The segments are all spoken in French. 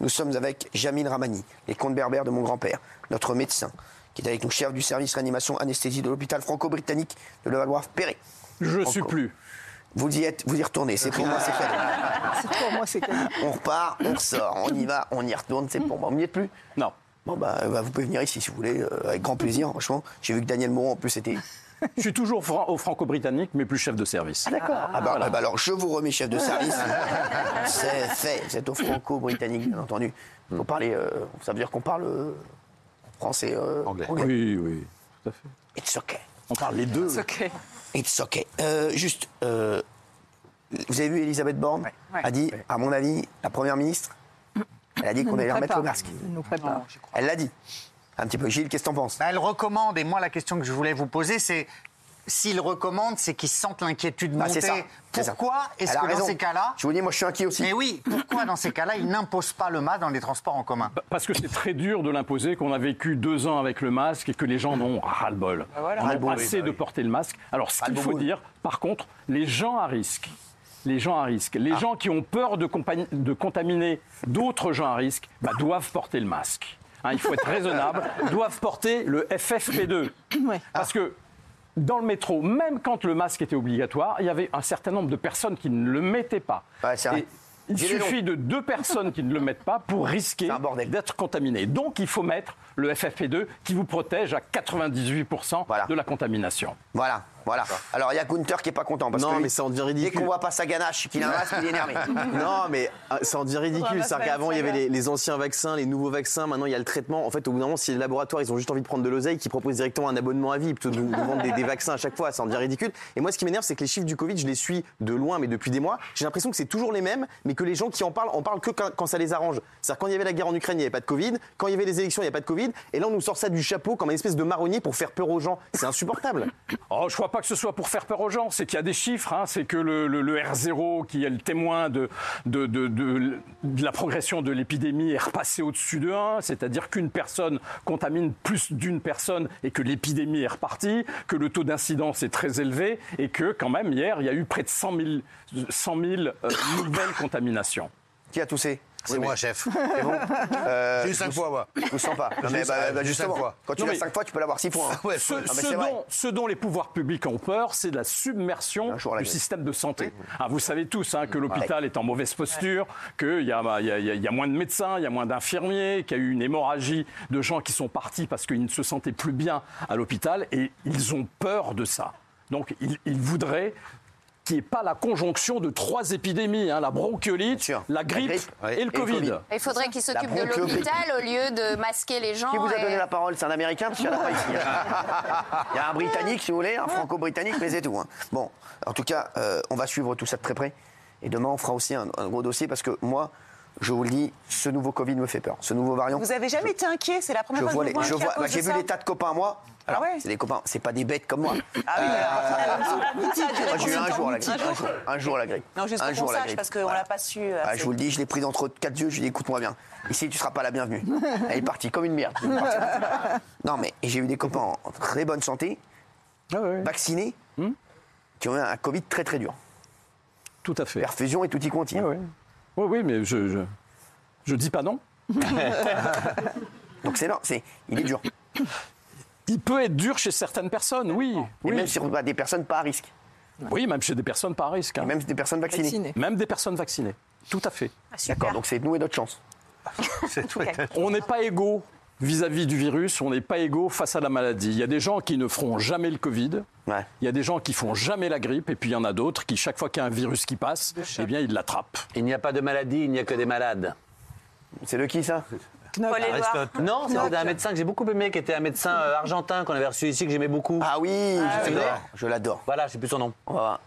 Nous sommes avec Jamil Ramani, les contes berbères de mon grand-père, notre médecin, qui est avec nous, chef du service réanimation anesthésie de l'hôpital franco-britannique de Levallois-Perret. Je Franco. suis plus. Vous y êtes, vous y retournez, c'est pour moi, c'est fait. C'est pour moi, c'est cadeau. On repart, on ressort, on y va, on y retourne, c'est pour moi. On n'y est plus Non. Bon, bah, bah, vous pouvez venir ici si vous voulez, euh, avec grand plaisir, franchement. J'ai vu que Daniel Moreau, en plus, était. Je suis toujours fran- au franco-britannique, mais plus chef de service. Ah, bah, ah, bah, alors, je vous remets chef de service. c'est fait, vous êtes au franco-britannique, bien entendu. Vous parlez, euh, ça veut dire qu'on parle euh, français, euh, Anglais. Oui, oui, tout à fait. It's okay. On parle les deux. Ok. It's okay. Euh, juste, euh, vous avez vu Elisabeth Borne Ouais. a dit, à mon avis, la première ministre, elle a dit qu'on allait remettre le masque. Il nous prépare. Elle l'a dit. Un petit peu. Gilles, qu'est-ce que t'en penses Bah, Elle recommande, et moi la question que je voulais vous poser, c'est s'ils recommandent, c'est qu'ils sentent l'inquiétude Bah, monter. c'est ça. c'est ça. Pourquoi est-ce Elle a que raison. dans ces cas-là... Je vous dis, moi, je suis inquiet aussi. Mais oui, pourquoi dans ces cas-là, ils n'imposent pas le masque dans les transports en commun Bah, Parce que c'est très dur de l'imposer, qu'on a vécu deux ans avec le masque et que les gens n'ont ras-le-bol. On a Ras-le-bol, bah assez de porter le masque. Alors, ce qu'il faut Ras-le-bol. dire, par contre, les gens à risque, les gens à risque, les Ah. gens qui ont peur de, compagn- de contaminer d'autres gens à risque, bah, doivent porter le masque. Hein, il faut être raisonnable, doivent porter le FFP2. Ouais. Parce que dans le métro, même quand le masque était obligatoire, il y avait un certain nombre de personnes qui ne le mettaient pas. Ouais, c'est vrai. Et il Gilet long. suffit de deux personnes qui ne le mettent pas pour risquer C'est un bordel. d'être contaminé. Donc il faut mettre le FFP2 qui vous protège à 98% Voilà. de la contamination. Voilà, voilà. Alors, il y a Gunther qui est pas content. Parce Non, que lui, mais ça en devient Dès ridicule. qu'on voit pas sa ganache, et qu'il a un masque, il est énervé. Non, mais ah, ça en dit Faudra ridicule. pas C'est-à-dire faire qu'avant, ça, il y avait là. les, les anciens vaccins, les nouveaux vaccins. Maintenant, il y a le traitement. En fait, au bout d'un moment, si les laboratoires, ils ont juste envie de prendre de l'oseille, qui proposent directement un abonnement à vie plutôt que de nous vendre des, des vaccins à chaque fois, ça en dit ridicule. Et moi, ce qui m'énerve, c'est que les chiffres du Covid, je les suis de loin, mais depuis des mois. J'ai l'impression que c'est toujours les mêmes, mais que les gens qui en parlent, en parlent que quand, quand ça les arrange. C'est-à-dire, quand il y avait la guerre en Ukraine, il n'y avait pas de Covid. Quand il y avait les élections, il n'y a pas de Covid. Et là, on nous sort ça du chapeau comme une espèce de marronnier pour faire peur aux gens. C'est insupportable. Oh, je crois pas que ce soit pour faire peur aux gens. C'est qu'il y a des chiffres. hein. C'est que le, le- le R0, qui est le témoin de, de, de- de- de la progression de l'épidémie, est repassé au-dessus de 1. C'est-à-dire qu'une personne contamine plus d'une personne et que l'épidémie est repartie, que le taux d'incidence est très élevé et que, quand même, hier, il y a eu près de 100 000, 100 000, euh, nouvelles contaminations. Qui a toussé C'est moi, chef. C'est bon J'ai eu cinq fois, moi. Je vous sens pas. Non, mais bah, eu ça, bah, bah, j'ai eu justement, cinq fois. quand tu Non, l'as mais- 5 fois, tu peux l'avoir 6 points. hein. Ouais, Ce, faut- mais ce c'est vrai. dont, ce dont les pouvoirs publics ont peur, c'est de la submersion Un jour, la du guerre. système de santé. Ah, vous savez tous hein, que l'hôpital est en mauvaise posture, qu'il y, a- bah, il y a- il y a- il y a moins de médecins, il y a moins d'infirmiers, qu'il y a eu une hémorragie de gens qui sont partis parce qu'ils ne se sentaient plus bien à l'hôpital et ils ont peur de ça. Donc ils, ils voudraient qu'il n'y ait pas la conjonction de trois épidémies, hein, la Bien bronchiolite, sûr. la grippe, La grippe, oui, et le Covid. Il faudrait qu'ils s'occupent de bronchiolite. l'hôpital au lieu de masquer les gens. Qui vous a donné et- la parole C'est un Américain Parce qu'il n'y en a pas ici. hein. Il y a un Britannique, si vous voulez, un Franco-Britannique, mais c'est tout. hein. Bon, en tout cas, euh, on va suivre tout ça de très près. Et demain, on fera aussi un, un gros dossier parce que moi, je vous le dis, ce nouveau Covid me fait peur. Ce nouveau variant. Vous avez jamais été inquiet C'est la Je première fois vois, que les- je vous je vois inquiet vois- à cause bah, de j'ai vu ça. des tas de copains à moi. Ah Alors, ouais c'est des copains, c'est pas des bêtes comme moi. Ah oui, alors, ça aboutit, ça a duré Moi, j'ai eu combien un de temps jour la grippe. Un jour, un jour la grippe. Non, juste un pour jour qu'on la sache, grippe. parce qu'on l'a pas su. euh, Ah, assez. je vous le dis, je l'ai prise entre quatre yeux, je lui ai dit écoute-moi bien, ici tu seras pas la bienvenue. Elle est partie comme une merde. Elle est partie. non mais et j'ai eu des copains en en très bonne santé, Ah vaccinés, qui ont eu un Covid très très dur. Tout à fait. Perfusion et tout y compte. hein. Oui, oui, mais je- je, je dis pas non. Donc c'est non, c'est il est dur. Il peut être dur chez certaines personnes, oui. Et Oui, même sur bah, des personnes pas à risque, oui, même chez des personnes pas à risque. hein. et même des personnes vaccinées. Vacciné. Ah, Même des personnes vaccinées. Tout à fait. D'accord, donc c'est nous et notre chance. On n'est pas égaux vis-à-vis du virus, on n'est pas égaux face à la maladie. Il y a des gens qui ne feront jamais le Covid. Ouais. Il y a des gens qui font jamais la grippe et puis il y en a d'autres qui, chaque fois qu'il y a un virus qui passe, eh bien, ils l'attrapent. Il n'y a pas de maladie, il n'y a que des malades. C'est de qui ça Paul Édouard. Non, c'est un médecin que j'ai beaucoup aimé, qui était un médecin euh, argentin qu'on avait reçu ici, que j'aimais beaucoup. Ah oui, je oui. l'adore. Je l'adore. Voilà, je sais plus son nom. On va voir.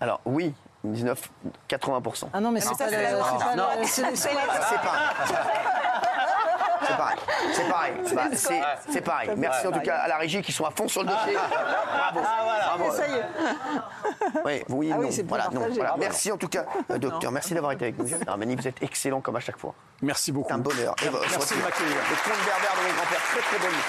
Alors oui, 19, 80%. Ah non, mais c'est pas c'est le- la- c'est pas non. le- c'est- c'est la- C'est pareil. C'est pareil. C'est pareil. Bah, c'est- c'est pareil. Merci en tout cas à la régie qui sont à fond sur le Ah, dossier. Bravo. Bravo. Ça y est. Oui, oui, Ah oui, non. c'est plus Voilà, non. partagé. Voilà. Bravo. Merci en tout cas, euh, docteur. Merci d'avoir été avec nous. Non, Mani, vous êtes excellent comme à chaque fois. Merci beaucoup. C'est un bonheur. Et, euh, Merci de m'accueillir. Le comte berbère de mon grand-père. Très, très bonne nuit.